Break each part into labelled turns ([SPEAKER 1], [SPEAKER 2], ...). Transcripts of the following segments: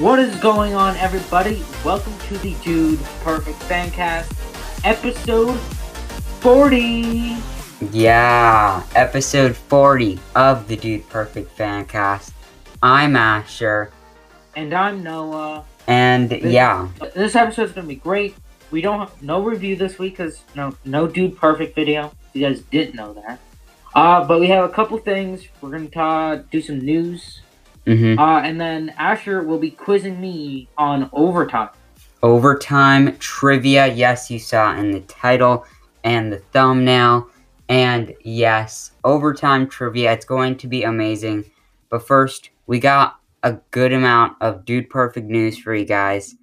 [SPEAKER 1] What is going on, everybody? Welcome to the Dude Perfect Fancast, episode 40.
[SPEAKER 2] Yeah, episode 40 of the Dude Perfect Fancast. I'm Asher,
[SPEAKER 1] And I'm Noah.
[SPEAKER 2] and yeah,
[SPEAKER 1] This episode's gonna be great. We don't have no review this week because no no Dude Perfect video. If you guys didn't know that. Uh, but we have a couple things. We're gonna ta- do some news.
[SPEAKER 2] hmm
[SPEAKER 1] Uh, and then Asher will be quizzing me on overtime.
[SPEAKER 2] overtime trivia. Yes, you saw in the title and the thumbnail. And yes, overtime trivia. It's going to be amazing. But first, we got a good amount of Dude Perfect news for you guys.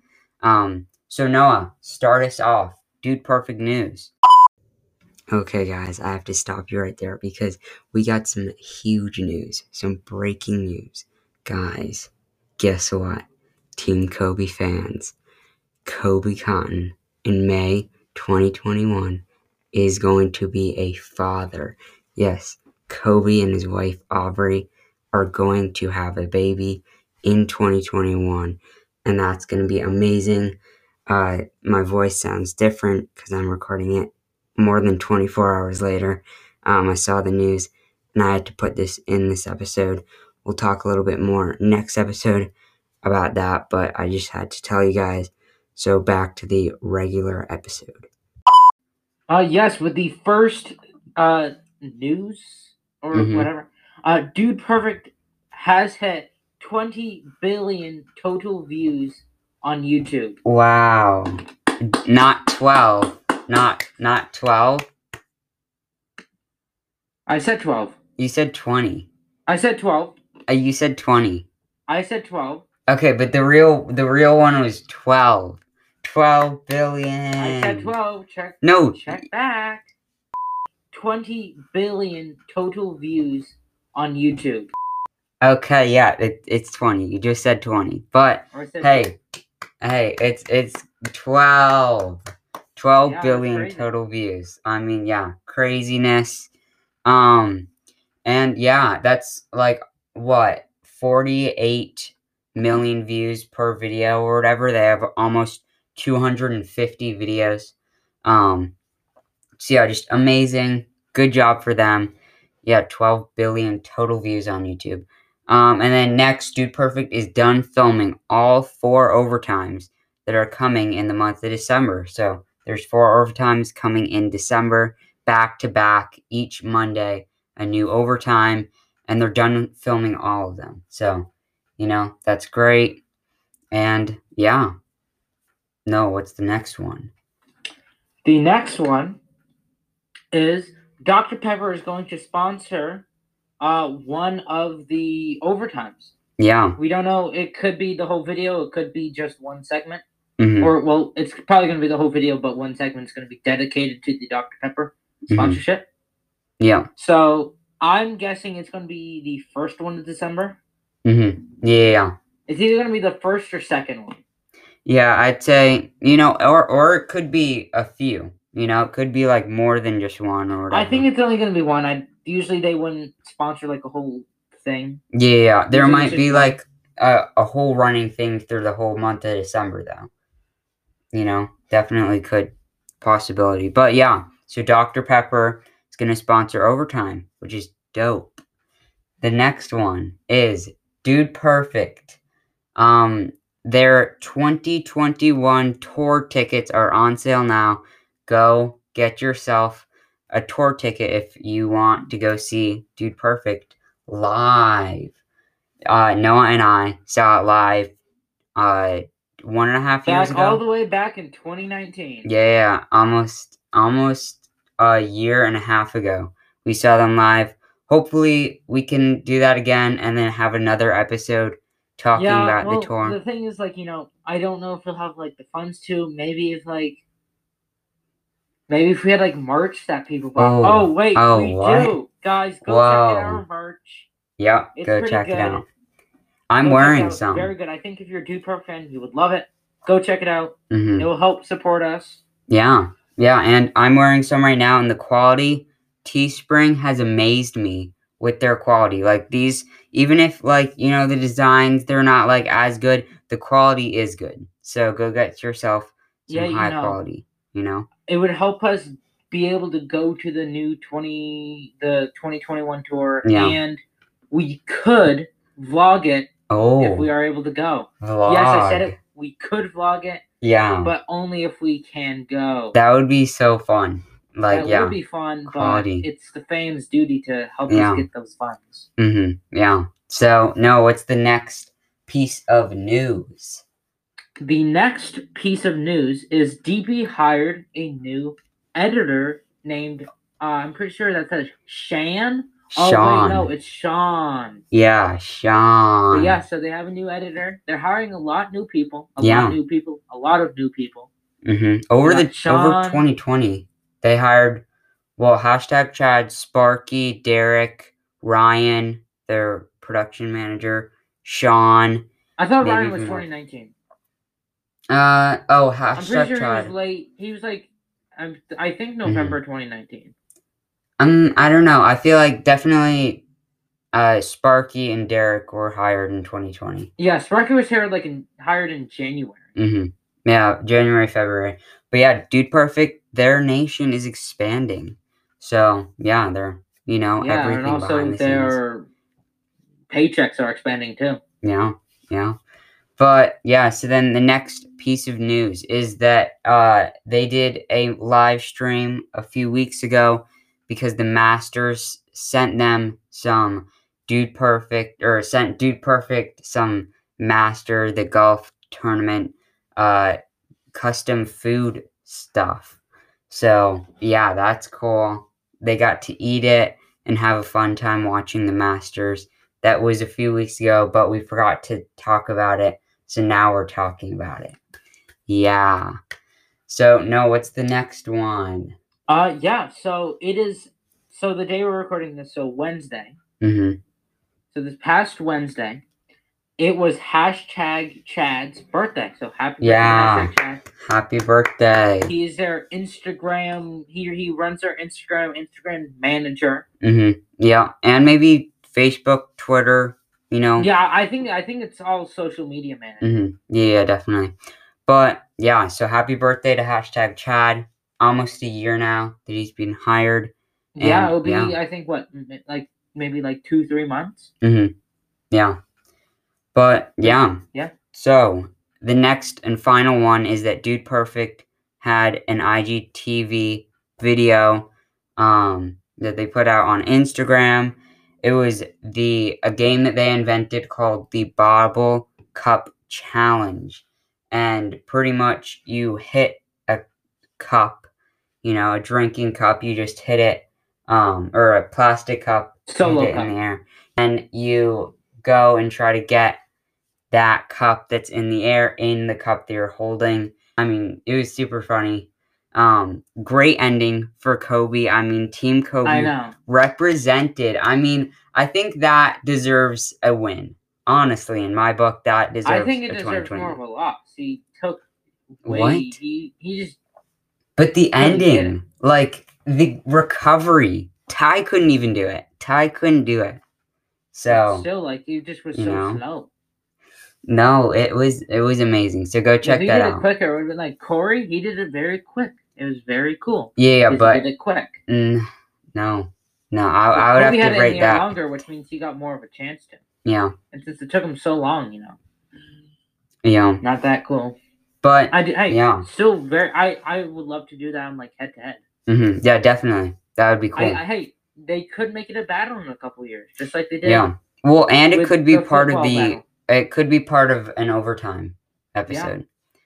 [SPEAKER 2] Um, so Noah, start us off. Dude Perfect news. Okay, guys, I have to stop you right there because we got some huge news, some breaking news. Guys, guess what? Team Kobe fans. Kobe Cotton in May 2021 is going to be a father. Yes, Kobe and his wife Aubrey are going to have a baby in 2021, and that's going to be amazing. Uh, my voice sounds different because I'm recording it more than 24 hours later. Um, I saw the news and I had to put this in this episode. We'll talk a little bit more next episode about that, but I just had to tell you guys. So back to the regular episode.
[SPEAKER 1] Uh, yes, with the first uh, news or
[SPEAKER 2] Mhm.
[SPEAKER 1] whatever. Uh, Dude Perfect has hit 20 billion total views on YouTube.
[SPEAKER 2] Wow. Not 12. Not not 12.
[SPEAKER 1] I said 12.
[SPEAKER 2] You said 20.
[SPEAKER 1] I said 12.
[SPEAKER 2] Uh, you said 20.
[SPEAKER 1] I said 12.
[SPEAKER 2] Okay, but the real the real one was 12. 12 billion.
[SPEAKER 1] I said 12. Check
[SPEAKER 2] Mm. No.
[SPEAKER 1] check back. 20 billion total views on YouTube.
[SPEAKER 2] Okay, yeah, it, it's 20. You just said 20. But
[SPEAKER 1] Or I said
[SPEAKER 2] hey. Hey, it's it's 12. 12
[SPEAKER 1] Yeah, that's
[SPEAKER 2] billion
[SPEAKER 1] crazy.
[SPEAKER 2] total views. I mean, yeah, craziness. Um, and yeah, that's like what 48 million views per video or whatever. They have almost 250 videos. Um, so yeah, just amazing. Good job for them. Yeah, 12 billion total views on YouTube. Um, and then next, Dude Perfect is done filming all four overtimes that are coming in the month of December. So there's four overtimes coming in December, back to back each Monday, a new overtime, and they're done filming all of them. So, you know, that's great. And yeah. No, what's the next one?
[SPEAKER 1] The next one is Dr. Pepper is going to sponsor uh, one of the overtimes.
[SPEAKER 2] Yeah.
[SPEAKER 1] We don't know. It could be the whole video. It could be just one segment.
[SPEAKER 2] mhm,
[SPEAKER 1] Or, well, it's probably going to be the whole video, but one segment's going to be dedicated to the Dr. Pepper
[SPEAKER 2] Mhm.
[SPEAKER 1] sponsorship.
[SPEAKER 2] Yeah.
[SPEAKER 1] So I'm guessing it's going to be the first one of December.
[SPEAKER 2] mhm, Yeah. yeah.
[SPEAKER 1] It's either going to be the first or second one.
[SPEAKER 2] Yeah, I'd say you know, or or it could be a few. You know, it could be like more than just one or whatever.
[SPEAKER 1] I think it's only going to be one. I usually they wouldn't sponsor like a whole thing.
[SPEAKER 2] yeah, yeah, yeah, there
[SPEAKER 1] Usually
[SPEAKER 2] might
[SPEAKER 1] it's
[SPEAKER 2] be
[SPEAKER 1] just
[SPEAKER 2] like a, a whole running thing through the whole month of December, though. You know, definitely could possibility, but yeah. So Dr Pepper is gonna sponsor overtime, which is dope. The next one is Dude Perfect. Um, their 2021 tour tickets are on sale now. Go get yourself a tour ticket if you want to go see Dude Perfect live. Uh, Noah and I saw it live uh, one and a half years
[SPEAKER 1] Back
[SPEAKER 2] ago.
[SPEAKER 1] all the way back in 2019.
[SPEAKER 2] Yeah, almost almost a year and a half ago. We saw them live. Hopefully we can do that again and then have another episode talking about
[SPEAKER 1] well,
[SPEAKER 2] the tour.
[SPEAKER 1] The thing is, like, you know, I don't know if we'll have like the funds to. Maybe if like, maybe if we had like merch that people bought.
[SPEAKER 2] Oh,
[SPEAKER 1] Oh, wait,
[SPEAKER 2] oh,
[SPEAKER 1] we
[SPEAKER 2] what?
[SPEAKER 1] do, guys. Go check out
[SPEAKER 2] Whoa.
[SPEAKER 1] our merch.
[SPEAKER 2] yep,
[SPEAKER 1] It's
[SPEAKER 2] go
[SPEAKER 1] pretty
[SPEAKER 2] check
[SPEAKER 1] good.
[SPEAKER 2] it out.
[SPEAKER 1] Go
[SPEAKER 2] I'm
[SPEAKER 1] check it
[SPEAKER 2] wearing
[SPEAKER 1] out.
[SPEAKER 2] some.
[SPEAKER 1] Very good. I think if you're a Dude Perfect fan, you would love it. Go check it out.
[SPEAKER 2] Mhm.
[SPEAKER 1] It will help support us.
[SPEAKER 2] Yeah, yeah, and I'm wearing some right now, and the quality Teespring has amazed me with their quality. Like these, even if like you know the designs, they're not like as good. the quality is good. So go get yourself some
[SPEAKER 1] Yeah, you
[SPEAKER 2] high
[SPEAKER 1] know.
[SPEAKER 2] quality. You know,
[SPEAKER 1] It would help us be able to go to the new twenty the twenty twenty one tour,
[SPEAKER 2] Yeah.
[SPEAKER 1] and we could vlog it
[SPEAKER 2] oh,
[SPEAKER 1] if we are able to go.
[SPEAKER 2] vlog.
[SPEAKER 1] Yes, I said it. We could vlog it,
[SPEAKER 2] Yeah,
[SPEAKER 1] but only if we can go.
[SPEAKER 2] that would be so fun. Like,
[SPEAKER 1] that
[SPEAKER 2] yeah,
[SPEAKER 1] would be fun,
[SPEAKER 2] Quality.
[SPEAKER 1] but it's the fame's duty to help
[SPEAKER 2] Yeah.
[SPEAKER 1] us get those funds.
[SPEAKER 2] mm-hmm. yeah. So, no, what's the next piece of news?
[SPEAKER 1] The next piece of news is DB hired a new editor named, uh, I'm pretty sure that says Shan. Oh,
[SPEAKER 2] Sean.
[SPEAKER 1] wait, no, it's Sean.
[SPEAKER 2] Yeah,
[SPEAKER 1] But
[SPEAKER 2] Sean.
[SPEAKER 1] yeah, so they have a new editor. They're hiring a lot new people. A
[SPEAKER 2] Yeah.
[SPEAKER 1] lot new people. A lot of new people.
[SPEAKER 2] hmm Over
[SPEAKER 1] Yeah,
[SPEAKER 2] the over
[SPEAKER 1] Sean.
[SPEAKER 2] 2020, they hired well hashtag Chad Sparky, Derek, Ryan, their production manager, Sean.
[SPEAKER 1] I thought
[SPEAKER 2] Maybe
[SPEAKER 1] Ryan was
[SPEAKER 2] even more.
[SPEAKER 1] 2019.
[SPEAKER 2] Uh oh,
[SPEAKER 1] I'm pretty sure
[SPEAKER 2] hashtag
[SPEAKER 1] he
[SPEAKER 2] Chad.
[SPEAKER 1] was late. He was like, I'm, I
[SPEAKER 2] Hmm.
[SPEAKER 1] think November 2019.
[SPEAKER 2] Um, I don't know. I feel like definitely, uh, Sparky and Derek were hired in 2020.
[SPEAKER 1] Yeah, Sparky was hired like in, hired in January.
[SPEAKER 2] Mm-hmm. Yeah, January, February. But yeah, Dude Perfect, their nation is expanding. So yeah, they're you know
[SPEAKER 1] yeah,
[SPEAKER 2] everything
[SPEAKER 1] and also
[SPEAKER 2] behind the scenes.
[SPEAKER 1] their paychecks are expanding too.
[SPEAKER 2] Yeah, yeah. But yeah, so then the next piece of news is that uh, they did a live stream a few weeks ago because the Masters sent them some Dude Perfect or sent Dude Perfect some Master the golf tournament uh, custom food stuff. So yeah, that's cool. They got to eat it and have a fun time watching the Masters that was a few weeks ago, but we forgot to talk about it. So now we're talking about it. Yeah. So no, what's the next one?
[SPEAKER 1] Uh, yeah. So it is. So the day we're recording this, so Wednesday.
[SPEAKER 2] Mm-hmm.
[SPEAKER 1] So this past Wednesday, it was hashtag Chad's birthday. So happy birthday,
[SPEAKER 2] Yeah.
[SPEAKER 1] hashtag Chad.
[SPEAKER 2] Happy birthday.
[SPEAKER 1] He is their Instagram. He he runs their Instagram Instagram manager.
[SPEAKER 2] Mm-hmm. Yeah, and maybe Facebook, Twitter. You know.
[SPEAKER 1] Yeah, I think I think it's all social media manager.
[SPEAKER 2] Mm-hmm. Yeah, yeah, definitely. But yeah, so happy birthday to hashtag Chad. Almost a year now that he's been hired.
[SPEAKER 1] yeah,
[SPEAKER 2] And-
[SPEAKER 1] it'll be
[SPEAKER 2] Um, yeah.
[SPEAKER 1] I think what m- like maybe like two three months.
[SPEAKER 2] Mm-hmm. Yeah. But yeah.
[SPEAKER 1] Yeah.
[SPEAKER 2] So the next and final one is that Dude Perfect had an IGTV video um, that they put out on Instagram. It was the a game that they invented called the Bobble Cup Challenge, and pretty much you hit a cup, you know, a drinking cup. You just hit it, um, or a plastic cup,
[SPEAKER 1] Solo
[SPEAKER 2] get it in
[SPEAKER 1] cup.
[SPEAKER 2] the air. And you go and try to get that cup that's in the air in the cup that you're holding. I mean, it was super funny. Um, great ending for Kobe. I mean, Team Kobe
[SPEAKER 1] I know.
[SPEAKER 2] represented. I mean, I think that deserves a win. Honestly, in my book, that deserves
[SPEAKER 1] I think it
[SPEAKER 2] a
[SPEAKER 1] deserves
[SPEAKER 2] 2020.
[SPEAKER 1] more of a loss. He took way,
[SPEAKER 2] What?
[SPEAKER 1] He, he just
[SPEAKER 2] But the
[SPEAKER 1] couldn't get
[SPEAKER 2] ending, like the recovery, Ty couldn't even do it. Ty couldn't do it. So
[SPEAKER 1] still like he just was
[SPEAKER 2] you
[SPEAKER 1] so
[SPEAKER 2] know,
[SPEAKER 1] slow.
[SPEAKER 2] No, it was it was amazing. So go
[SPEAKER 1] if
[SPEAKER 2] check
[SPEAKER 1] he
[SPEAKER 2] that
[SPEAKER 1] did
[SPEAKER 2] out.
[SPEAKER 1] it quicker, it would have been like Corey. He did it very quick. It was very cool.
[SPEAKER 2] yeah, yeah,
[SPEAKER 1] 'cause he
[SPEAKER 2] but
[SPEAKER 1] did it quick.
[SPEAKER 2] mm, no, no, I,
[SPEAKER 1] But
[SPEAKER 2] I would
[SPEAKER 1] Kobe
[SPEAKER 2] have
[SPEAKER 1] had
[SPEAKER 2] to
[SPEAKER 1] it in
[SPEAKER 2] rate
[SPEAKER 1] the air
[SPEAKER 2] that.
[SPEAKER 1] longer, which means he got more of a chance to.
[SPEAKER 2] Yeah,
[SPEAKER 1] And since it took him so long, you know,
[SPEAKER 2] yeah,
[SPEAKER 1] not that cool.
[SPEAKER 2] but
[SPEAKER 1] I do. Hey,
[SPEAKER 2] Yeah.
[SPEAKER 1] still very. I I would love to do that. on like head to head.
[SPEAKER 2] mhm, yeah, definitely that would be cool.
[SPEAKER 1] I, I hey, they could make it a battle in a couple years, just like they did.
[SPEAKER 2] yeah, well, and it
[SPEAKER 1] with
[SPEAKER 2] could be
[SPEAKER 1] the
[SPEAKER 2] part of
[SPEAKER 1] football
[SPEAKER 2] the
[SPEAKER 1] battle.
[SPEAKER 2] it could be part of an overtime episode.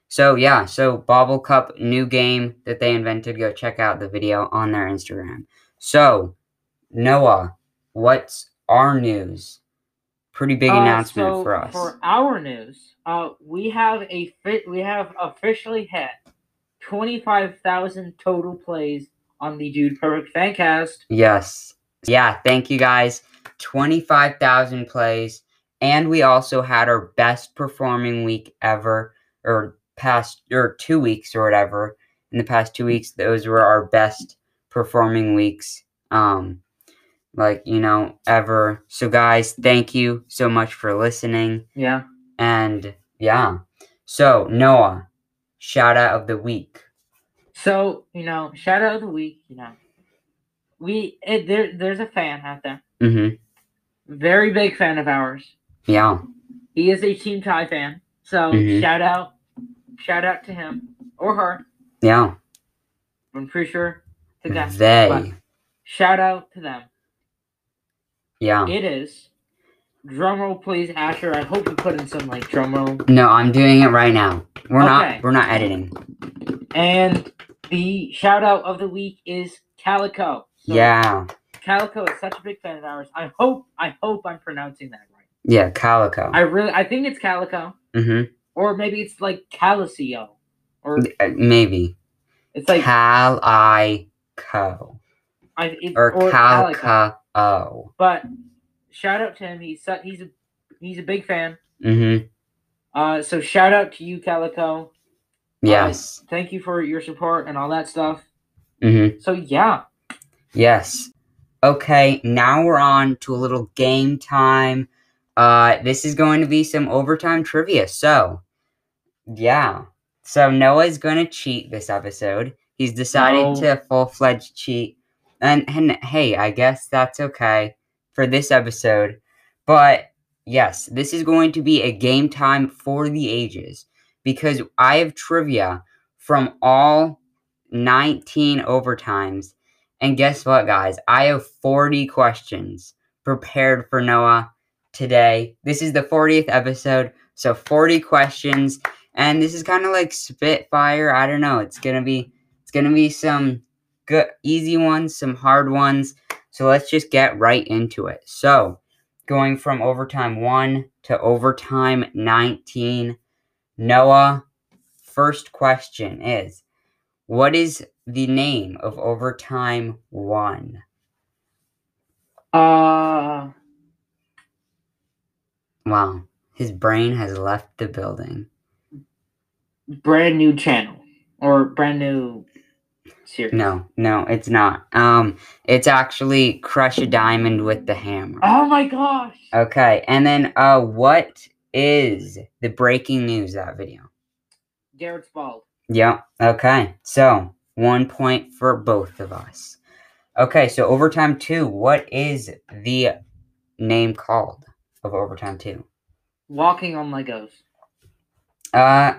[SPEAKER 2] So yeah, so Bobble Cup new game that they invented. Go check out the video on their Instagram. So Noah, what's our news? Pretty big
[SPEAKER 1] Uh,
[SPEAKER 2] announcement
[SPEAKER 1] so
[SPEAKER 2] for us.
[SPEAKER 1] For our news, uh, we have a fit. We have officially hit twenty five thousand total plays on the Dude Perfect Fancast.
[SPEAKER 2] Yes. Yeah, thank you guys. 25,000 plays. And we also had our best performing week ever, or past, or two weeks or whatever. In the past two weeks, those were our best performing weeks, um, like, you know, ever. So, guys, thank you so much for listening.
[SPEAKER 1] Yeah,
[SPEAKER 2] And Yeah. So, Noah, shout out of the week.
[SPEAKER 1] So you know, shout out of the week. You know, we it, there. There's a fan out there,
[SPEAKER 2] Mm-hmm.
[SPEAKER 1] very big fan of ours.
[SPEAKER 2] Yeah.
[SPEAKER 1] He is a Team Thai fan, so
[SPEAKER 2] Mhm.
[SPEAKER 1] shout out, shout out to him or her.
[SPEAKER 2] Yeah.
[SPEAKER 1] I'm pretty sure it's a guy.
[SPEAKER 2] They.
[SPEAKER 1] but Shout out to them.
[SPEAKER 2] Yeah.
[SPEAKER 1] It is. Drum roll, please, Asher. I hope you put in some like drum roll.
[SPEAKER 2] No, I'm doing it right now. We're
[SPEAKER 1] Okay.
[SPEAKER 2] not. We're not editing.
[SPEAKER 1] And the shout out of the week is Calico. So
[SPEAKER 2] yeah.
[SPEAKER 1] Calico is such a big fan of ours. I hope I hope I'm pronouncing that right.
[SPEAKER 2] Yeah. Calico.
[SPEAKER 1] I really I think it's Calico.
[SPEAKER 2] mm-hmm.
[SPEAKER 1] Or maybe it's like Calicio. Or
[SPEAKER 2] Uh, Maybe.
[SPEAKER 1] it's like
[SPEAKER 2] Cal I co
[SPEAKER 1] I, it,
[SPEAKER 2] or,
[SPEAKER 1] or Calico.
[SPEAKER 2] Calico. O.
[SPEAKER 1] But shout out to him. He's su- he's a he's a big fan.
[SPEAKER 2] Mm-hmm.
[SPEAKER 1] Uh so shout out to you, Calico.
[SPEAKER 2] Yes.
[SPEAKER 1] Thank you for your support and all that stuff.
[SPEAKER 2] Mm-hmm.
[SPEAKER 1] So yeah.
[SPEAKER 2] Yes. Okay, now we're on to a little game time. Uh, this is going to be some overtime trivia. So, yeah. So Noah's going to cheat this episode. He's decided
[SPEAKER 1] No.
[SPEAKER 2] to full fledged cheat, and and hey, I guess that's okay for this episode. But yes, this is going to be a game time for the ages because I have trivia from all 19 overtimes. And guess what, guys? I have 40 questions prepared for Noah today. This is the 40th episode, so 40 questions. And this is kind of like Spitfire. I don't know. It's gonna be it's gonna be some good easy ones, some hard ones. So let's just get right into it. So going from overtime one to overtime 19. Noah, first question is what is the name of overtime one?
[SPEAKER 1] Uh
[SPEAKER 2] Wow, his brain has left the building.
[SPEAKER 1] brand new channel or brand new series.
[SPEAKER 2] No, no, it's not. Um, it's actually crush a diamond with the hammer.
[SPEAKER 1] Oh my gosh.
[SPEAKER 2] Okay, and then uh, what is the breaking news of that video?
[SPEAKER 1] Garrett's bald.
[SPEAKER 2] Yep. Okay. So one point for both of us. Okay. So overtime two. What is the name called of overtime two?
[SPEAKER 1] Walking on Legos.
[SPEAKER 2] Uh,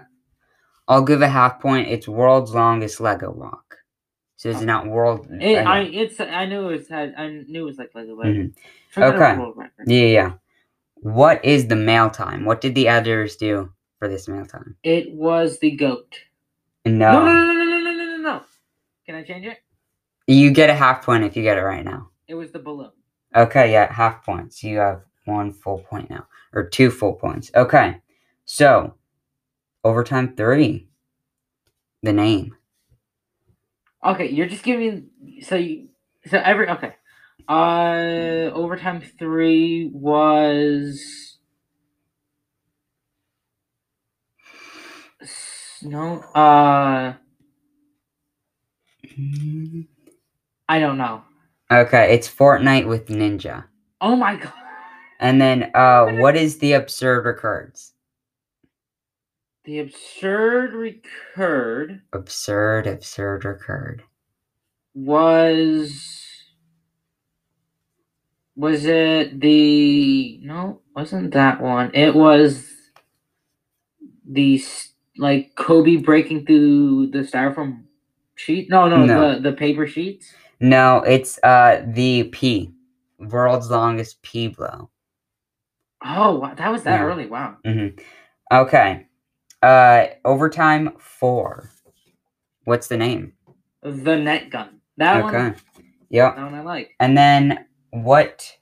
[SPEAKER 2] I'll give a half point. It's world's longest Lego walk. So it's not world.
[SPEAKER 1] Oh. It,
[SPEAKER 2] I know.
[SPEAKER 1] I, it's I knew it was had I knew it was like Lego. but
[SPEAKER 2] Mhm.
[SPEAKER 1] forgot it was
[SPEAKER 2] Okay.
[SPEAKER 1] world record.
[SPEAKER 2] yeah, yeah. What is the mail time? What did the editors do for this mail time?
[SPEAKER 1] It was the goat. No,
[SPEAKER 2] No.
[SPEAKER 1] no, no, no, no, no, no, no, no. Can I change it?
[SPEAKER 2] You get a half point if you get it right now.
[SPEAKER 1] It was the balloon.
[SPEAKER 2] Okay, yeah, half points. You have one full point now, or two full points. Okay, so overtime three. The name.
[SPEAKER 1] Okay, you're just giving so you so every okay. Uh, overtime three was S- no. Uh, Mm-hmm. I don't know.
[SPEAKER 2] Okay, it's Fortnite with Ninja.
[SPEAKER 1] Oh my god.
[SPEAKER 2] And then, uh, what is the absurd recurs?
[SPEAKER 1] The absurd recurred
[SPEAKER 2] Absurd, absurd recurred.
[SPEAKER 1] was was it the no wasn't that one it was the s- like kobe breaking through the styrofoam sheet no no,
[SPEAKER 2] No.
[SPEAKER 1] the the paper sheets
[SPEAKER 2] No, it's uh the P, world's longest P blow.
[SPEAKER 1] oh wow, that was that
[SPEAKER 2] Yeah.
[SPEAKER 1] early wow
[SPEAKER 2] hmm Okay, uh, overtime four. What's the name?
[SPEAKER 1] the net gun that one
[SPEAKER 2] okay, yep.
[SPEAKER 1] that one i like
[SPEAKER 2] And then what?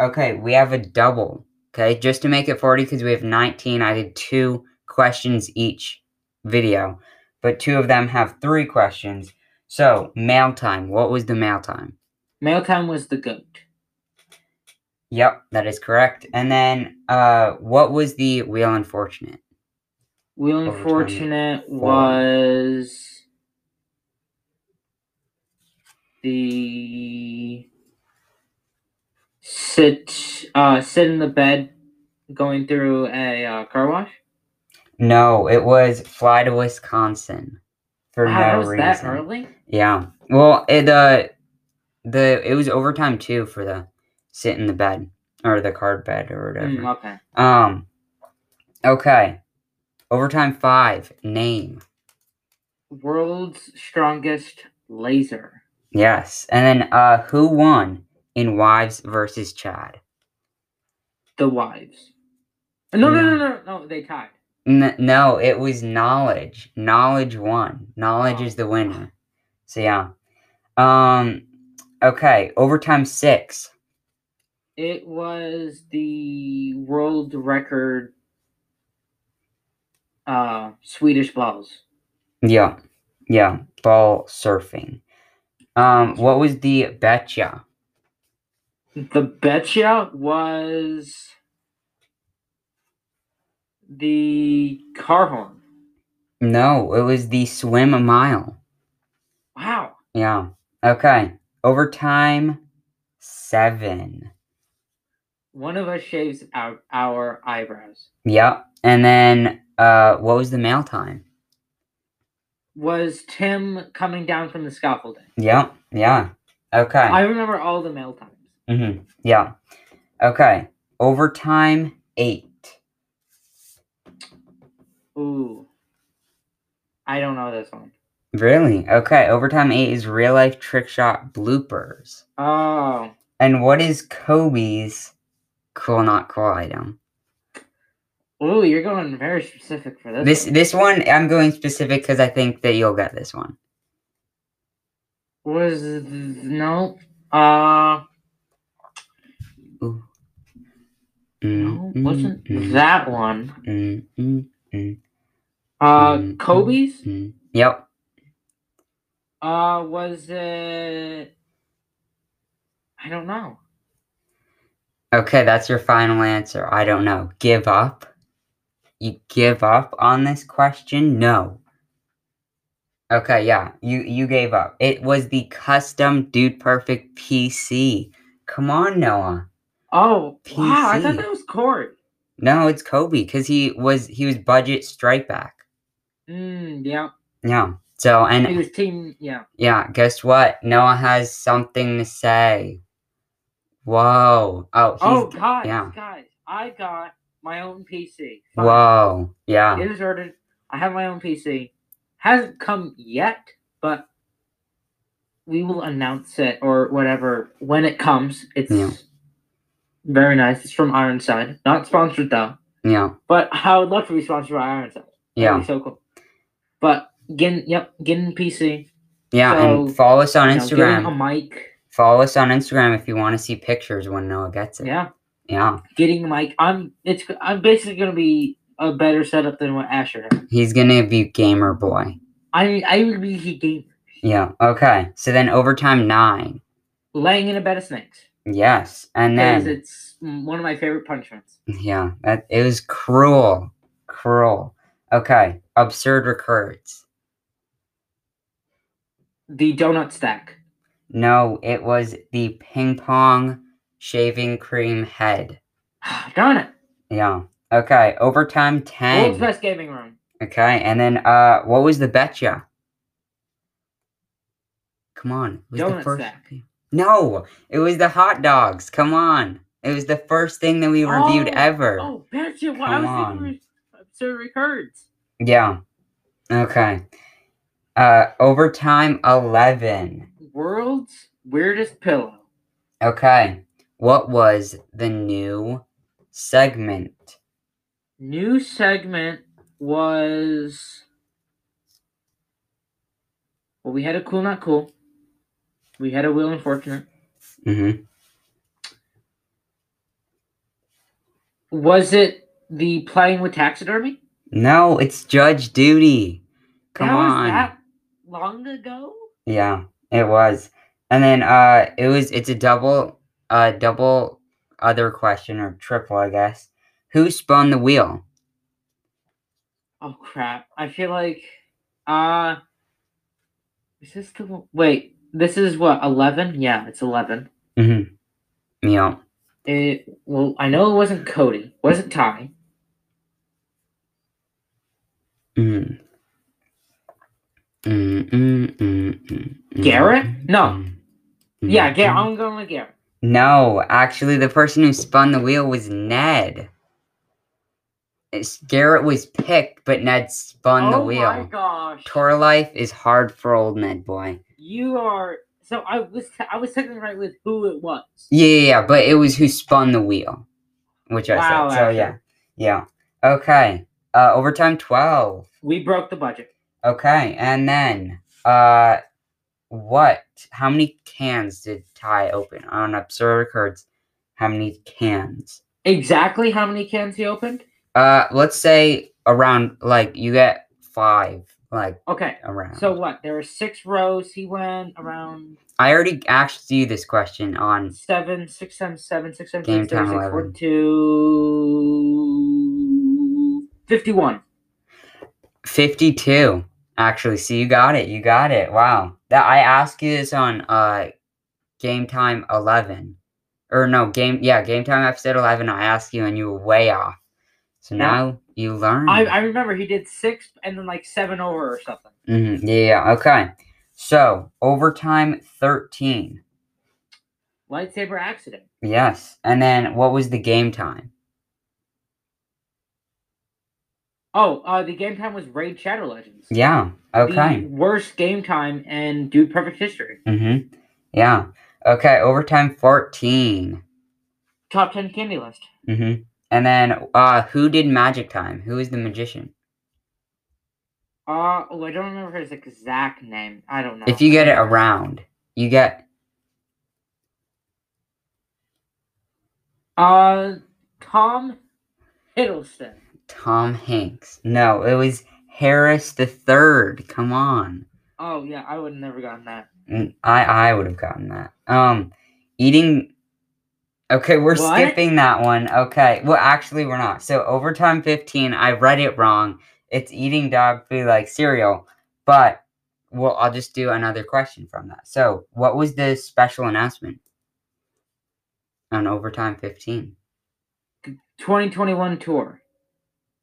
[SPEAKER 2] Okay, we have a double. Okay, just to make it 40, because we have 19. I did two questions each video, but two of them have three questions. So, mail time. What was the mail time?
[SPEAKER 1] mail time was the goat
[SPEAKER 2] Yep, that is correct. And then, uh, what was the wheel unfortunate?
[SPEAKER 1] Wheel
[SPEAKER 2] Overtime
[SPEAKER 1] Unfortunate
[SPEAKER 2] four.
[SPEAKER 1] was the sit uh sit in the bed going through a uh, car wash.
[SPEAKER 2] No, it was Fly to Wisconsin for
[SPEAKER 1] Wow,
[SPEAKER 2] no
[SPEAKER 1] that was
[SPEAKER 2] reason.
[SPEAKER 1] that early? Hmm,
[SPEAKER 2] Yeah. Well, it uh, the it was overtime too for the sit in the bed or the card bed or whatever.
[SPEAKER 1] Mm, okay.
[SPEAKER 2] Um. Okay. Overtime five. Name.
[SPEAKER 1] World's strongest laser.
[SPEAKER 2] Yes. And then uh, who won in Wives versus Chad?
[SPEAKER 1] The wives. No, no, no,
[SPEAKER 2] No.
[SPEAKER 1] no, no. They tied.
[SPEAKER 2] N- no, it was knowledge. Knowledge won. Knowledge
[SPEAKER 1] Oh.
[SPEAKER 2] is the winner. So yeah. Um. Okay. Overtime six.
[SPEAKER 1] It was the world record. Uh, Swedish balls.
[SPEAKER 2] Yeah. Yeah. Ball surfing. Um. What was the betcha?
[SPEAKER 1] The betcha was the car horn.
[SPEAKER 2] No, it was the swim a mile.
[SPEAKER 1] Wow.
[SPEAKER 2] Yeah. Okay. Overtime seven.
[SPEAKER 1] One of us shaves our, our eyebrows.
[SPEAKER 2] Yep. And then uh what was the mail time?
[SPEAKER 1] Was Tim coming down from the scaffolding?
[SPEAKER 2] Yep. Yeah. Okay.
[SPEAKER 1] I remember all the mail times.
[SPEAKER 2] hmm Yeah. Okay. Overtime eight.
[SPEAKER 1] Ooh. I don't know this one.
[SPEAKER 2] Really? Okay. Overtime eight is real life trick shot bloopers.
[SPEAKER 1] Oh.
[SPEAKER 2] And what is Kobe's cool not cool item?
[SPEAKER 1] Ooh, you're going very specific for this.
[SPEAKER 2] This
[SPEAKER 1] one.
[SPEAKER 2] this one I'm going specific because I think that you'll get this one.
[SPEAKER 1] was no. Uh
[SPEAKER 2] Ooh.
[SPEAKER 1] no,
[SPEAKER 2] Mm, mm,
[SPEAKER 1] wasn't
[SPEAKER 2] mm,
[SPEAKER 1] that one.
[SPEAKER 2] mm, mm,
[SPEAKER 1] Uh
[SPEAKER 2] Mm, mm.
[SPEAKER 1] Kobe's?
[SPEAKER 2] mm. Yep.
[SPEAKER 1] Uh was it I don't know.
[SPEAKER 2] Okay, that's your final answer. I don't know. Give up? You give up on this question? No. Okay, yeah. You you gave up. It was the custom Dude Perfect PC. Come on, Noah.
[SPEAKER 1] Oh wow, I thought
[SPEAKER 2] PC.
[SPEAKER 1] that was Corey.
[SPEAKER 2] No, it's Kobe cuz he was he was budget strike back.
[SPEAKER 1] Mm, yeah.
[SPEAKER 2] Yeah. So and
[SPEAKER 1] He was team yeah.
[SPEAKER 2] Yeah, guess what? Noah has something to say. Whoa. Oh, he's,
[SPEAKER 1] Oh guys,
[SPEAKER 2] yeah.
[SPEAKER 1] guys, I got my own PC. Fine.
[SPEAKER 2] whoa. Yeah.
[SPEAKER 1] It is ordered. I have my own PC. Hasn't come yet, but we will announce it or whatever when it comes. It's
[SPEAKER 2] Yeah.
[SPEAKER 1] very nice. It's from Ironside. Not sponsored though.
[SPEAKER 2] Yeah.
[SPEAKER 1] But I would love to be sponsored by Ironside. That'd
[SPEAKER 2] Yeah.
[SPEAKER 1] be so cool. But Gin yep, Gin PC.
[SPEAKER 2] Yeah.
[SPEAKER 1] So,
[SPEAKER 2] and follow us on
[SPEAKER 1] you know, give him
[SPEAKER 2] Instagram.
[SPEAKER 1] a mic.
[SPEAKER 2] follow us on Instagram if you want to see pictures when Noah gets it.
[SPEAKER 1] Yeah.
[SPEAKER 2] Yeah.
[SPEAKER 1] Getting a mic. I'm it's I'm basically gonna be a better setup than what Asher had.
[SPEAKER 2] He's going to be gamer boy.
[SPEAKER 1] I I would be he game
[SPEAKER 2] Yeah. Okay. So then overtime nine.
[SPEAKER 1] laying in a bed of snakes.
[SPEAKER 2] Yes. And
[SPEAKER 1] Because
[SPEAKER 2] then,
[SPEAKER 1] it's mm, one of my favorite punishments.
[SPEAKER 2] yeah, that, it was cruel. Cruel. Okay. Absurd recurs.
[SPEAKER 1] The donut stack.
[SPEAKER 2] No, it was the ping pong shaving cream head.
[SPEAKER 1] Darn it.
[SPEAKER 2] Yeah. Okay. Overtime
[SPEAKER 1] World's
[SPEAKER 2] ten.
[SPEAKER 1] best gaming room.
[SPEAKER 2] Okay. And then uh what was the betcha? Come on. It was the
[SPEAKER 1] Donut
[SPEAKER 2] first
[SPEAKER 1] stack.
[SPEAKER 2] thing- No, it was the hot dogs. Come on. It was the first thing that we reviewed
[SPEAKER 1] Oh,
[SPEAKER 2] ever.
[SPEAKER 1] Oh, betcha. Well,
[SPEAKER 2] Come
[SPEAKER 1] I was
[SPEAKER 2] on.
[SPEAKER 1] thinking it was absurd records.
[SPEAKER 2] Yeah. Okay. Uh overtime eleven.
[SPEAKER 1] World's weirdest pillow.
[SPEAKER 2] Okay. What was the new segment?
[SPEAKER 1] New segment was. Well, we had a cool, not cool. We had a wheel unfortunate.
[SPEAKER 2] Mm-hmm.
[SPEAKER 1] Was it the playing with taxidermy?
[SPEAKER 2] No, it's Judge Duty. Come
[SPEAKER 1] that
[SPEAKER 2] on.
[SPEAKER 1] Was that long ago?
[SPEAKER 2] Yeah, it was. And then uh it was it's a double uh double other question or triple, I guess. Who spun the wheel?
[SPEAKER 1] Oh crap! I feel like, uh, is this the one- wait? This is what eleven? Yeah, it's eleven.
[SPEAKER 2] Mm-hmm. Yeah.
[SPEAKER 1] It well, I know it wasn't Cody, wasn't Ty.
[SPEAKER 2] Mm. Mm, mm, mm, mm, mm,
[SPEAKER 1] Garrett?
[SPEAKER 2] mm,
[SPEAKER 1] No.
[SPEAKER 2] mm,
[SPEAKER 1] Yeah,
[SPEAKER 2] mm,
[SPEAKER 1] Garrett.
[SPEAKER 2] mm.
[SPEAKER 1] I'm going with Garrett.
[SPEAKER 2] No, actually, the person who spun the wheel was Ned. It's- Garrett was picked, but Ned spun the
[SPEAKER 1] oh my
[SPEAKER 2] wheel.
[SPEAKER 1] gosh.
[SPEAKER 2] Tour life is hard for old Ned boy.
[SPEAKER 1] you are. So I was t- I was technically right with who it was.
[SPEAKER 2] Yeah, yeah, yeah, but it was who spun the wheel, which I
[SPEAKER 1] Wow,
[SPEAKER 2] said. So yeah, yeah. Okay. Uh, overtime twelve.
[SPEAKER 1] We broke the budget.
[SPEAKER 2] Okay, and then uh, what? How many cans did Ty open on absurd cards? How many cans?
[SPEAKER 1] Exactly how many cans he opened?
[SPEAKER 2] Uh, let's say around like you get five, like
[SPEAKER 1] Okay.
[SPEAKER 2] around.
[SPEAKER 1] So what? There were six rows. He went around
[SPEAKER 2] I already asked you this question on
[SPEAKER 1] seven, six times seven, six times
[SPEAKER 2] Game
[SPEAKER 1] six, 36,
[SPEAKER 2] time 11.
[SPEAKER 1] 42, 51.
[SPEAKER 2] fifty-two. Actually, so you got it. You got it. Wow. That I asked you this on uh, game time eleven, or no game? Yeah, game time episode eleven. I asked you and you were way off. So
[SPEAKER 1] Yeah.
[SPEAKER 2] now you learn.
[SPEAKER 1] I, I remember he did six and then like seven over or something.
[SPEAKER 2] Mhm, Yeah. Okay. So overtime thirteen.
[SPEAKER 1] Lightsaber accident.
[SPEAKER 2] Yes. And then what was the game time?
[SPEAKER 1] Oh, uh, the game time was Raid Shadow Legends.
[SPEAKER 2] Yeah. Okay.
[SPEAKER 1] The worst game time in Dude Perfect history.
[SPEAKER 2] Mm-hmm. Yeah. Okay. Overtime 14.
[SPEAKER 1] Top 10 candy list.
[SPEAKER 2] Mm-hmm. And then uh who did magic time? Who is the magician?
[SPEAKER 1] Uh, oh, I don't remember his exact name. I don't know.
[SPEAKER 2] If you get it around, you get
[SPEAKER 1] Uh, Tom Hiddleston.
[SPEAKER 2] Tom Hanks. No, it was Harris the Third. Come on.
[SPEAKER 1] Oh, yeah, I would have never gotten that.
[SPEAKER 2] Mm, I I would have gotten that. Um eating Okay, we're
[SPEAKER 1] What?
[SPEAKER 2] skipping that one. Okay. Well, actually we're not. So overtime 15, I read it wrong. It's eating dog food like cereal, but well, I'll just do another question from that. So, what was the special announcement on overtime 15?
[SPEAKER 1] 2021 tour.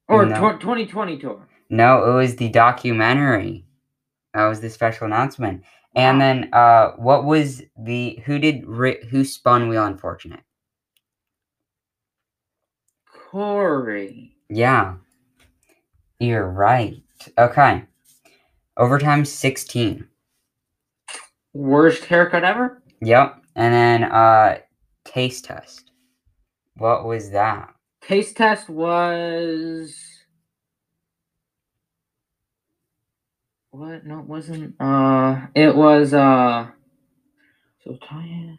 [SPEAKER 1] Or
[SPEAKER 2] No.
[SPEAKER 1] tw- 2020 tour.
[SPEAKER 2] No, it was the documentary. That was the special announcement. And
[SPEAKER 1] Wow.
[SPEAKER 2] then uh what was the who did ri- who spun wheel unfortunate?
[SPEAKER 1] Corey.
[SPEAKER 2] Yeah. You're right. Okay. Overtime 16.
[SPEAKER 1] Worst haircut ever?
[SPEAKER 2] Yep. And then uh taste test. What was that?
[SPEAKER 1] Taste test was. What? No, it wasn't. Uh, it was, uh. So, Tanya.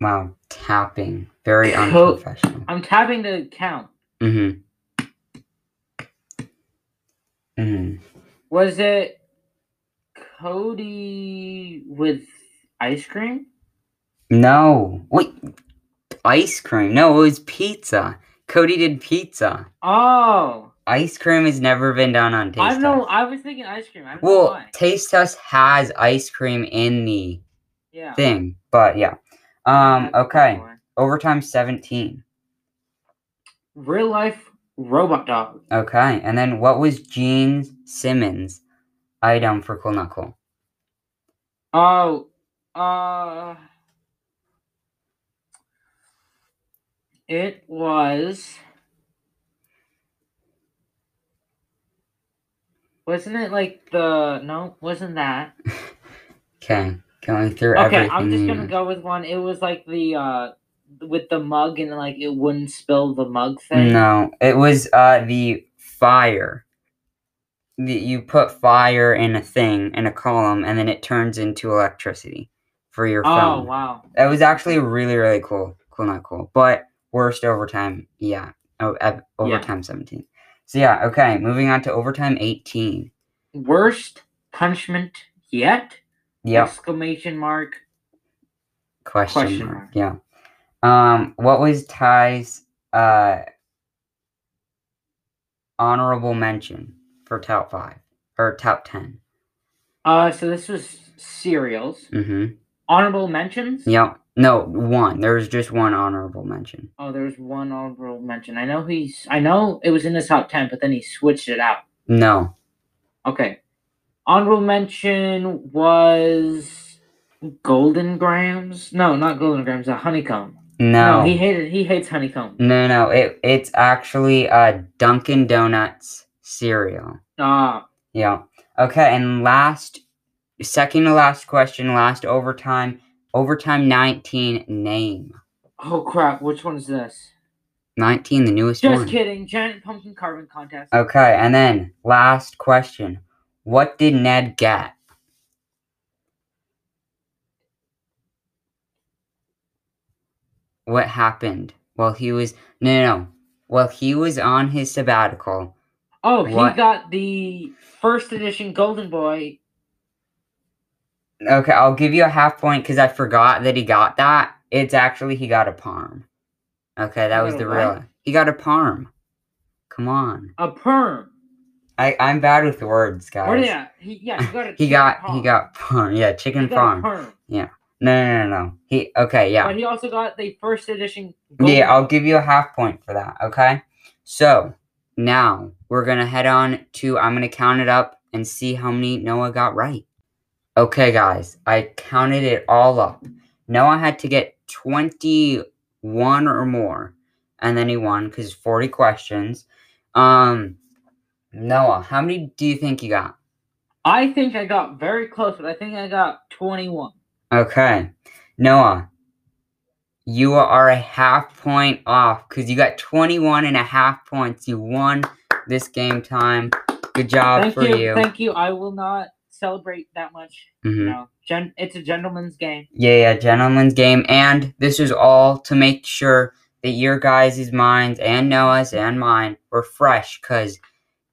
[SPEAKER 2] Wow, tapping. Very
[SPEAKER 1] Co-
[SPEAKER 2] unprofessional.
[SPEAKER 1] I'm tapping to count.
[SPEAKER 2] Mm-hmm. Mm-hmm.
[SPEAKER 1] Was it Cody with ice cream?
[SPEAKER 2] No. Wait. Ice cream. No, it was pizza. Cody did pizza.
[SPEAKER 1] Oh,
[SPEAKER 2] Ice cream has never been done on taste
[SPEAKER 1] I don't know.
[SPEAKER 2] test.
[SPEAKER 1] I was thinking ice cream. I don't know
[SPEAKER 2] Well,
[SPEAKER 1] why.
[SPEAKER 2] taste test has ice cream in the
[SPEAKER 1] Yeah.
[SPEAKER 2] thing, but yeah. Um,
[SPEAKER 1] that's
[SPEAKER 2] okay.
[SPEAKER 1] why.
[SPEAKER 2] Overtime 17.
[SPEAKER 1] Real life robot dog.
[SPEAKER 2] Okay. And then what was Gene Simmons' item for Cool Knuckle?
[SPEAKER 1] Oh, uh, it was. Wasn't it like the no? Wasn't that?
[SPEAKER 2] Okay. Going through
[SPEAKER 1] Okay,
[SPEAKER 2] everything.
[SPEAKER 1] I'm just
[SPEAKER 2] you
[SPEAKER 1] gonna
[SPEAKER 2] know.
[SPEAKER 1] go with one. It was like the uh with the mug and like it wouldn't spill the mug thing.
[SPEAKER 2] No, it was uh the fire. The, you put fire in a thing in a column, and then it turns into electricity for your
[SPEAKER 1] Oh
[SPEAKER 2] phone.
[SPEAKER 1] wow.
[SPEAKER 2] That was actually really really cool. Cool, not cool, but worst overtime. Yeah. Oh, ev- overtime 17. So yeah. Okay. Moving on to overtime 18.
[SPEAKER 1] Worst punishment yet?
[SPEAKER 2] Yep.
[SPEAKER 1] Exclamation mark.
[SPEAKER 2] question,
[SPEAKER 1] Question
[SPEAKER 2] mark. Yeah. Um, what was Ty's uh honorable mention for top five or top 10
[SPEAKER 1] Uh so this was cereals.
[SPEAKER 2] Mm-hmm.
[SPEAKER 1] Honorable mentions?
[SPEAKER 2] Yep. No, one. There was just one honorable mention.
[SPEAKER 1] Oh, there was one honorable mention. I know he's. I know it was in the top ten, but then he switched it out.
[SPEAKER 2] No.
[SPEAKER 1] Okay. Honorable mention was Golden Grams. No, not Golden Grams. A honeycomb.
[SPEAKER 2] No.
[SPEAKER 1] he hated. He hates honeycomb.
[SPEAKER 2] No, no. It it's actually uh Dunkin' Donuts cereal.
[SPEAKER 1] Ah,
[SPEAKER 2] Yeah. Okay, and last second to last question, last overtime, overtime 19 name.
[SPEAKER 1] oh crap! Which one is this?
[SPEAKER 2] 19 the newest
[SPEAKER 1] Just
[SPEAKER 2] one.
[SPEAKER 1] kidding. Giant pumpkin carving contest.
[SPEAKER 2] Okay, and then last question. What did Ned get? What happened? Well, he was no, no, no. Well, he was on his sabbatical.
[SPEAKER 1] oh, he
[SPEAKER 2] what?
[SPEAKER 1] got the first edition Golden Boy.
[SPEAKER 2] Okay, I'll give you a half point because I forgot that he got that. It's actually he got a parm. Okay, that
[SPEAKER 1] He
[SPEAKER 2] was
[SPEAKER 1] got
[SPEAKER 2] the
[SPEAKER 1] a
[SPEAKER 2] real.
[SPEAKER 1] what?
[SPEAKER 2] He got a parm. Come on,
[SPEAKER 1] A perm.
[SPEAKER 2] I I'm bad with words, guys.
[SPEAKER 1] Where yeah, he yeah he got a
[SPEAKER 2] He
[SPEAKER 1] chicken
[SPEAKER 2] got he
[SPEAKER 1] parm.
[SPEAKER 2] got parm. Yeah, chicken
[SPEAKER 1] He got a
[SPEAKER 2] parm.
[SPEAKER 1] perm.
[SPEAKER 2] No, no, no, no. He okay, yeah.
[SPEAKER 1] But he also got the first edition.
[SPEAKER 2] Yeah, I'll give you a half point for that, okay? So now we're gonna head on to I'm gonna count it up and see how many Noah got right. Okay, guys, I counted it all up. Noah had to get 21 or more, and then he won because 40 questions. Um, Noah, how many do you think you got?
[SPEAKER 1] I think I got very close, but I think I got 21.
[SPEAKER 2] Okay, Noah, you are a half point off because you got 21 and a half points. You won this game time. Good job
[SPEAKER 1] Thank
[SPEAKER 2] for
[SPEAKER 1] you,
[SPEAKER 2] you.
[SPEAKER 1] thank you. I will not celebrate that much.
[SPEAKER 2] Mhm.
[SPEAKER 1] No, gen- it's a gentleman's game.
[SPEAKER 2] Yeah, yeah, gentleman's game. And this is all to make sure that your guys' minds and Noah's and mine were fresh. Because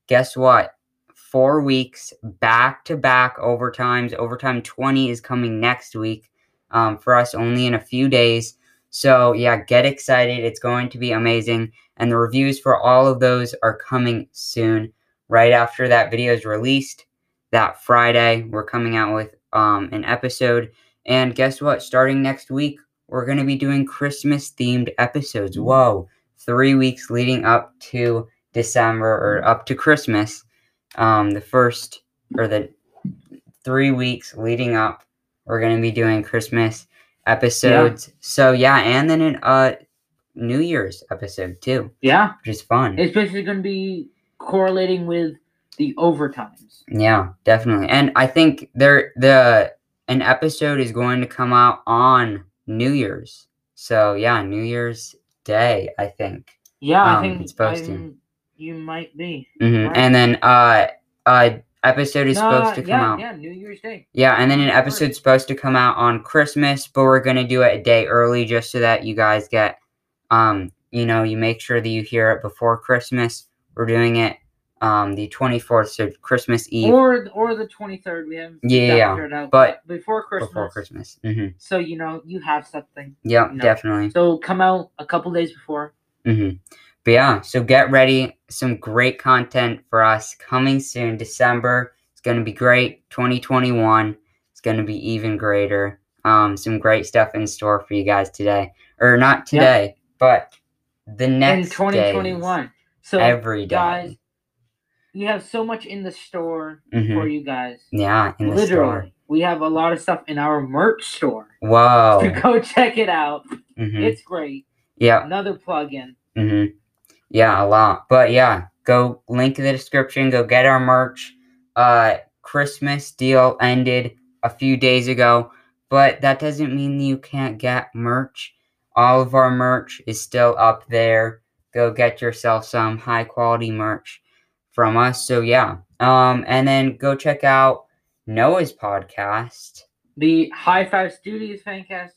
[SPEAKER 2] guess what? Four weeks back to back overtimes. Overtime 20 is coming next week um, for us only in a few days. So, yeah, get excited. It's going to be amazing. And the reviews for all of those are coming soon, right after that video is released. That Friday, we're coming out with um, an episode and guess what? Starting next week, we're going to be doing Christmas themed episodes. Whoa, three weeks leading up to December or up to Christmas. Um, the first or the three weeks leading up, we're going to be doing Christmas episodes. So, yeah, and then a uh, New Year's episode too,
[SPEAKER 1] Yeah,
[SPEAKER 2] which is fun.
[SPEAKER 1] it's basically going to be correlating with the overtimes.
[SPEAKER 2] Yeah, definitely. And I think there the an episode is going to come out on New Year's. So yeah, New Year's Day, I think.
[SPEAKER 1] Yeah,
[SPEAKER 2] Um,
[SPEAKER 1] I think
[SPEAKER 2] it's supposed to.
[SPEAKER 1] I'm- you might be.
[SPEAKER 2] hmm
[SPEAKER 1] Right.
[SPEAKER 2] And then uh uh episode is supposed
[SPEAKER 1] Nah,
[SPEAKER 2] to come
[SPEAKER 1] yeah,
[SPEAKER 2] out. Yeah.
[SPEAKER 1] yeah, New Year's Day.
[SPEAKER 2] and then an
[SPEAKER 1] Of course.
[SPEAKER 2] episode's supposed to come out on Christmas, but we're gonna do it a day early just so that you guys get um you know you make sure that you hear it before Christmas. We're doing it um the twenty fourth, so Christmas Eve
[SPEAKER 1] Or or the 23rd. We haven't
[SPEAKER 2] Yeah, yeah,
[SPEAKER 1] that
[SPEAKER 2] yeah,
[SPEAKER 1] figured out,
[SPEAKER 2] but
[SPEAKER 1] before Christmas.
[SPEAKER 2] before Christmas. hmm
[SPEAKER 1] So, you know, you have something.
[SPEAKER 2] Yep,
[SPEAKER 1] No.
[SPEAKER 2] definitely.
[SPEAKER 1] So come out a couple days before.
[SPEAKER 2] hmm But yeah, so get ready. Some great content for us coming soon. December. It's going to be great. 2021. It's going to be even greater. Um, some great stuff in store for you guys today. Or not
[SPEAKER 1] Yeah.
[SPEAKER 2] today, but the next
[SPEAKER 1] in
[SPEAKER 2] days,
[SPEAKER 1] 2021. so
[SPEAKER 2] every day.
[SPEAKER 1] guys, we have so much in the store
[SPEAKER 2] Mhm.
[SPEAKER 1] for you guys.
[SPEAKER 2] Yeah, in the
[SPEAKER 1] Literally,
[SPEAKER 2] store.
[SPEAKER 1] we have a lot of stuff in our merch store. So
[SPEAKER 2] Whoa.
[SPEAKER 1] go check it out.
[SPEAKER 2] hmm
[SPEAKER 1] It's great.
[SPEAKER 2] Yeah,
[SPEAKER 1] Another plug-in.
[SPEAKER 2] hmm Yeah, a lot. But yeah, go link in the description. Go get our merch. Uh, Christmas deal ended a few days ago, but that doesn't mean you can't get merch. All of our merch is still up there. Go get yourself some high quality merch from us. So yeah, um, and then go check out Noah's podcast.
[SPEAKER 1] The High Five Studios Fancast.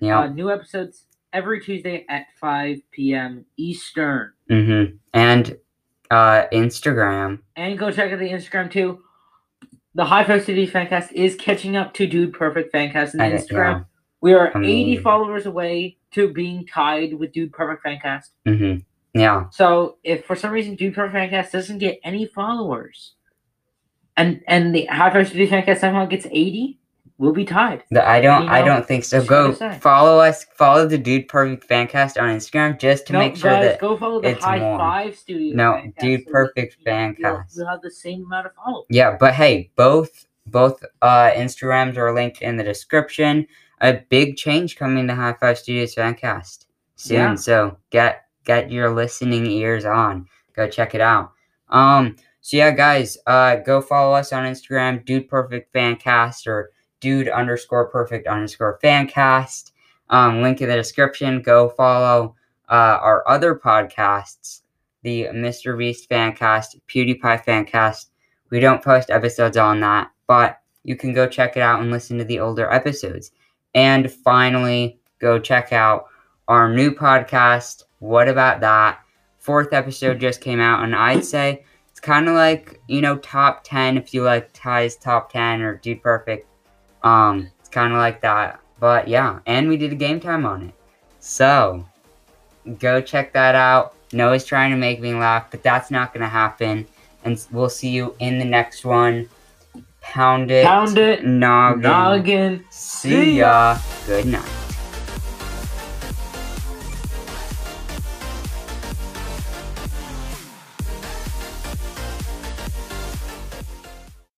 [SPEAKER 2] Yeah.
[SPEAKER 1] Uh, new episodes every Tuesday at 5 p.m. Eastern.
[SPEAKER 2] mm-hmm. And uh, Instagram.
[SPEAKER 1] And go check out the Instagram too. The High Five Studios Fancast is catching up to Dude Perfect Fancast on
[SPEAKER 2] I don't-
[SPEAKER 1] Instagram. We are
[SPEAKER 2] I
[SPEAKER 1] 80
[SPEAKER 2] mean-
[SPEAKER 1] followers away to being tied with Dude Perfect Fancast.
[SPEAKER 2] Yeah. hmm Yeah.
[SPEAKER 1] So if for some reason Dude Perfect Fancast doesn't get any followers, and and the High Five Dude Fancast somehow gets 80, we'll be tied.
[SPEAKER 2] The, I don't.
[SPEAKER 1] You
[SPEAKER 2] I
[SPEAKER 1] know,
[SPEAKER 2] don't think so.
[SPEAKER 1] just
[SPEAKER 2] Go
[SPEAKER 1] gotta say.
[SPEAKER 2] follow us. Follow the Dude Perfect Fancast on Instagram just to
[SPEAKER 1] no,
[SPEAKER 2] make sure
[SPEAKER 1] guys,
[SPEAKER 2] that
[SPEAKER 1] go follow the
[SPEAKER 2] it's
[SPEAKER 1] High
[SPEAKER 2] more.
[SPEAKER 1] Five Studio.
[SPEAKER 2] No,
[SPEAKER 1] Fancast
[SPEAKER 2] Dude
[SPEAKER 1] so that
[SPEAKER 2] Perfect
[SPEAKER 1] you- you'll-
[SPEAKER 2] Fancast.
[SPEAKER 1] You'll have the same amount of followers.
[SPEAKER 2] yeah. But hey, both both uh Instagrams are linked in the description. A big change coming to High Five Studios Fancast soon.
[SPEAKER 1] Yeah.
[SPEAKER 2] So get get your listening ears on. Go check it out. Um. So yeah, guys. Uh, go follow us on Instagram, Dude Perfect Fancast or Dude underscore Perfect underscore Fancast. um, link in the description. Go follow uh, our other podcasts, the Mr. Beast Fancast, PewDiePie Fancast. We don't post episodes on that, but you can go check it out and listen to the older episodes. And finally, go check out our new podcast, What About That? Fourth episode just came out, and I'd say it's kind of like, you know, top 10 if you like Ty's top 10 or Dude Perfect. Um, it's kind of like that. But yeah, and we did a game time on it. So go check that out. Noah's trying to make me laugh, but that's not going to happen. And s- we'll see you in the next one. Pound it.
[SPEAKER 1] Pound it.
[SPEAKER 2] Noggin.
[SPEAKER 1] Noggin.
[SPEAKER 2] See ya. Good night.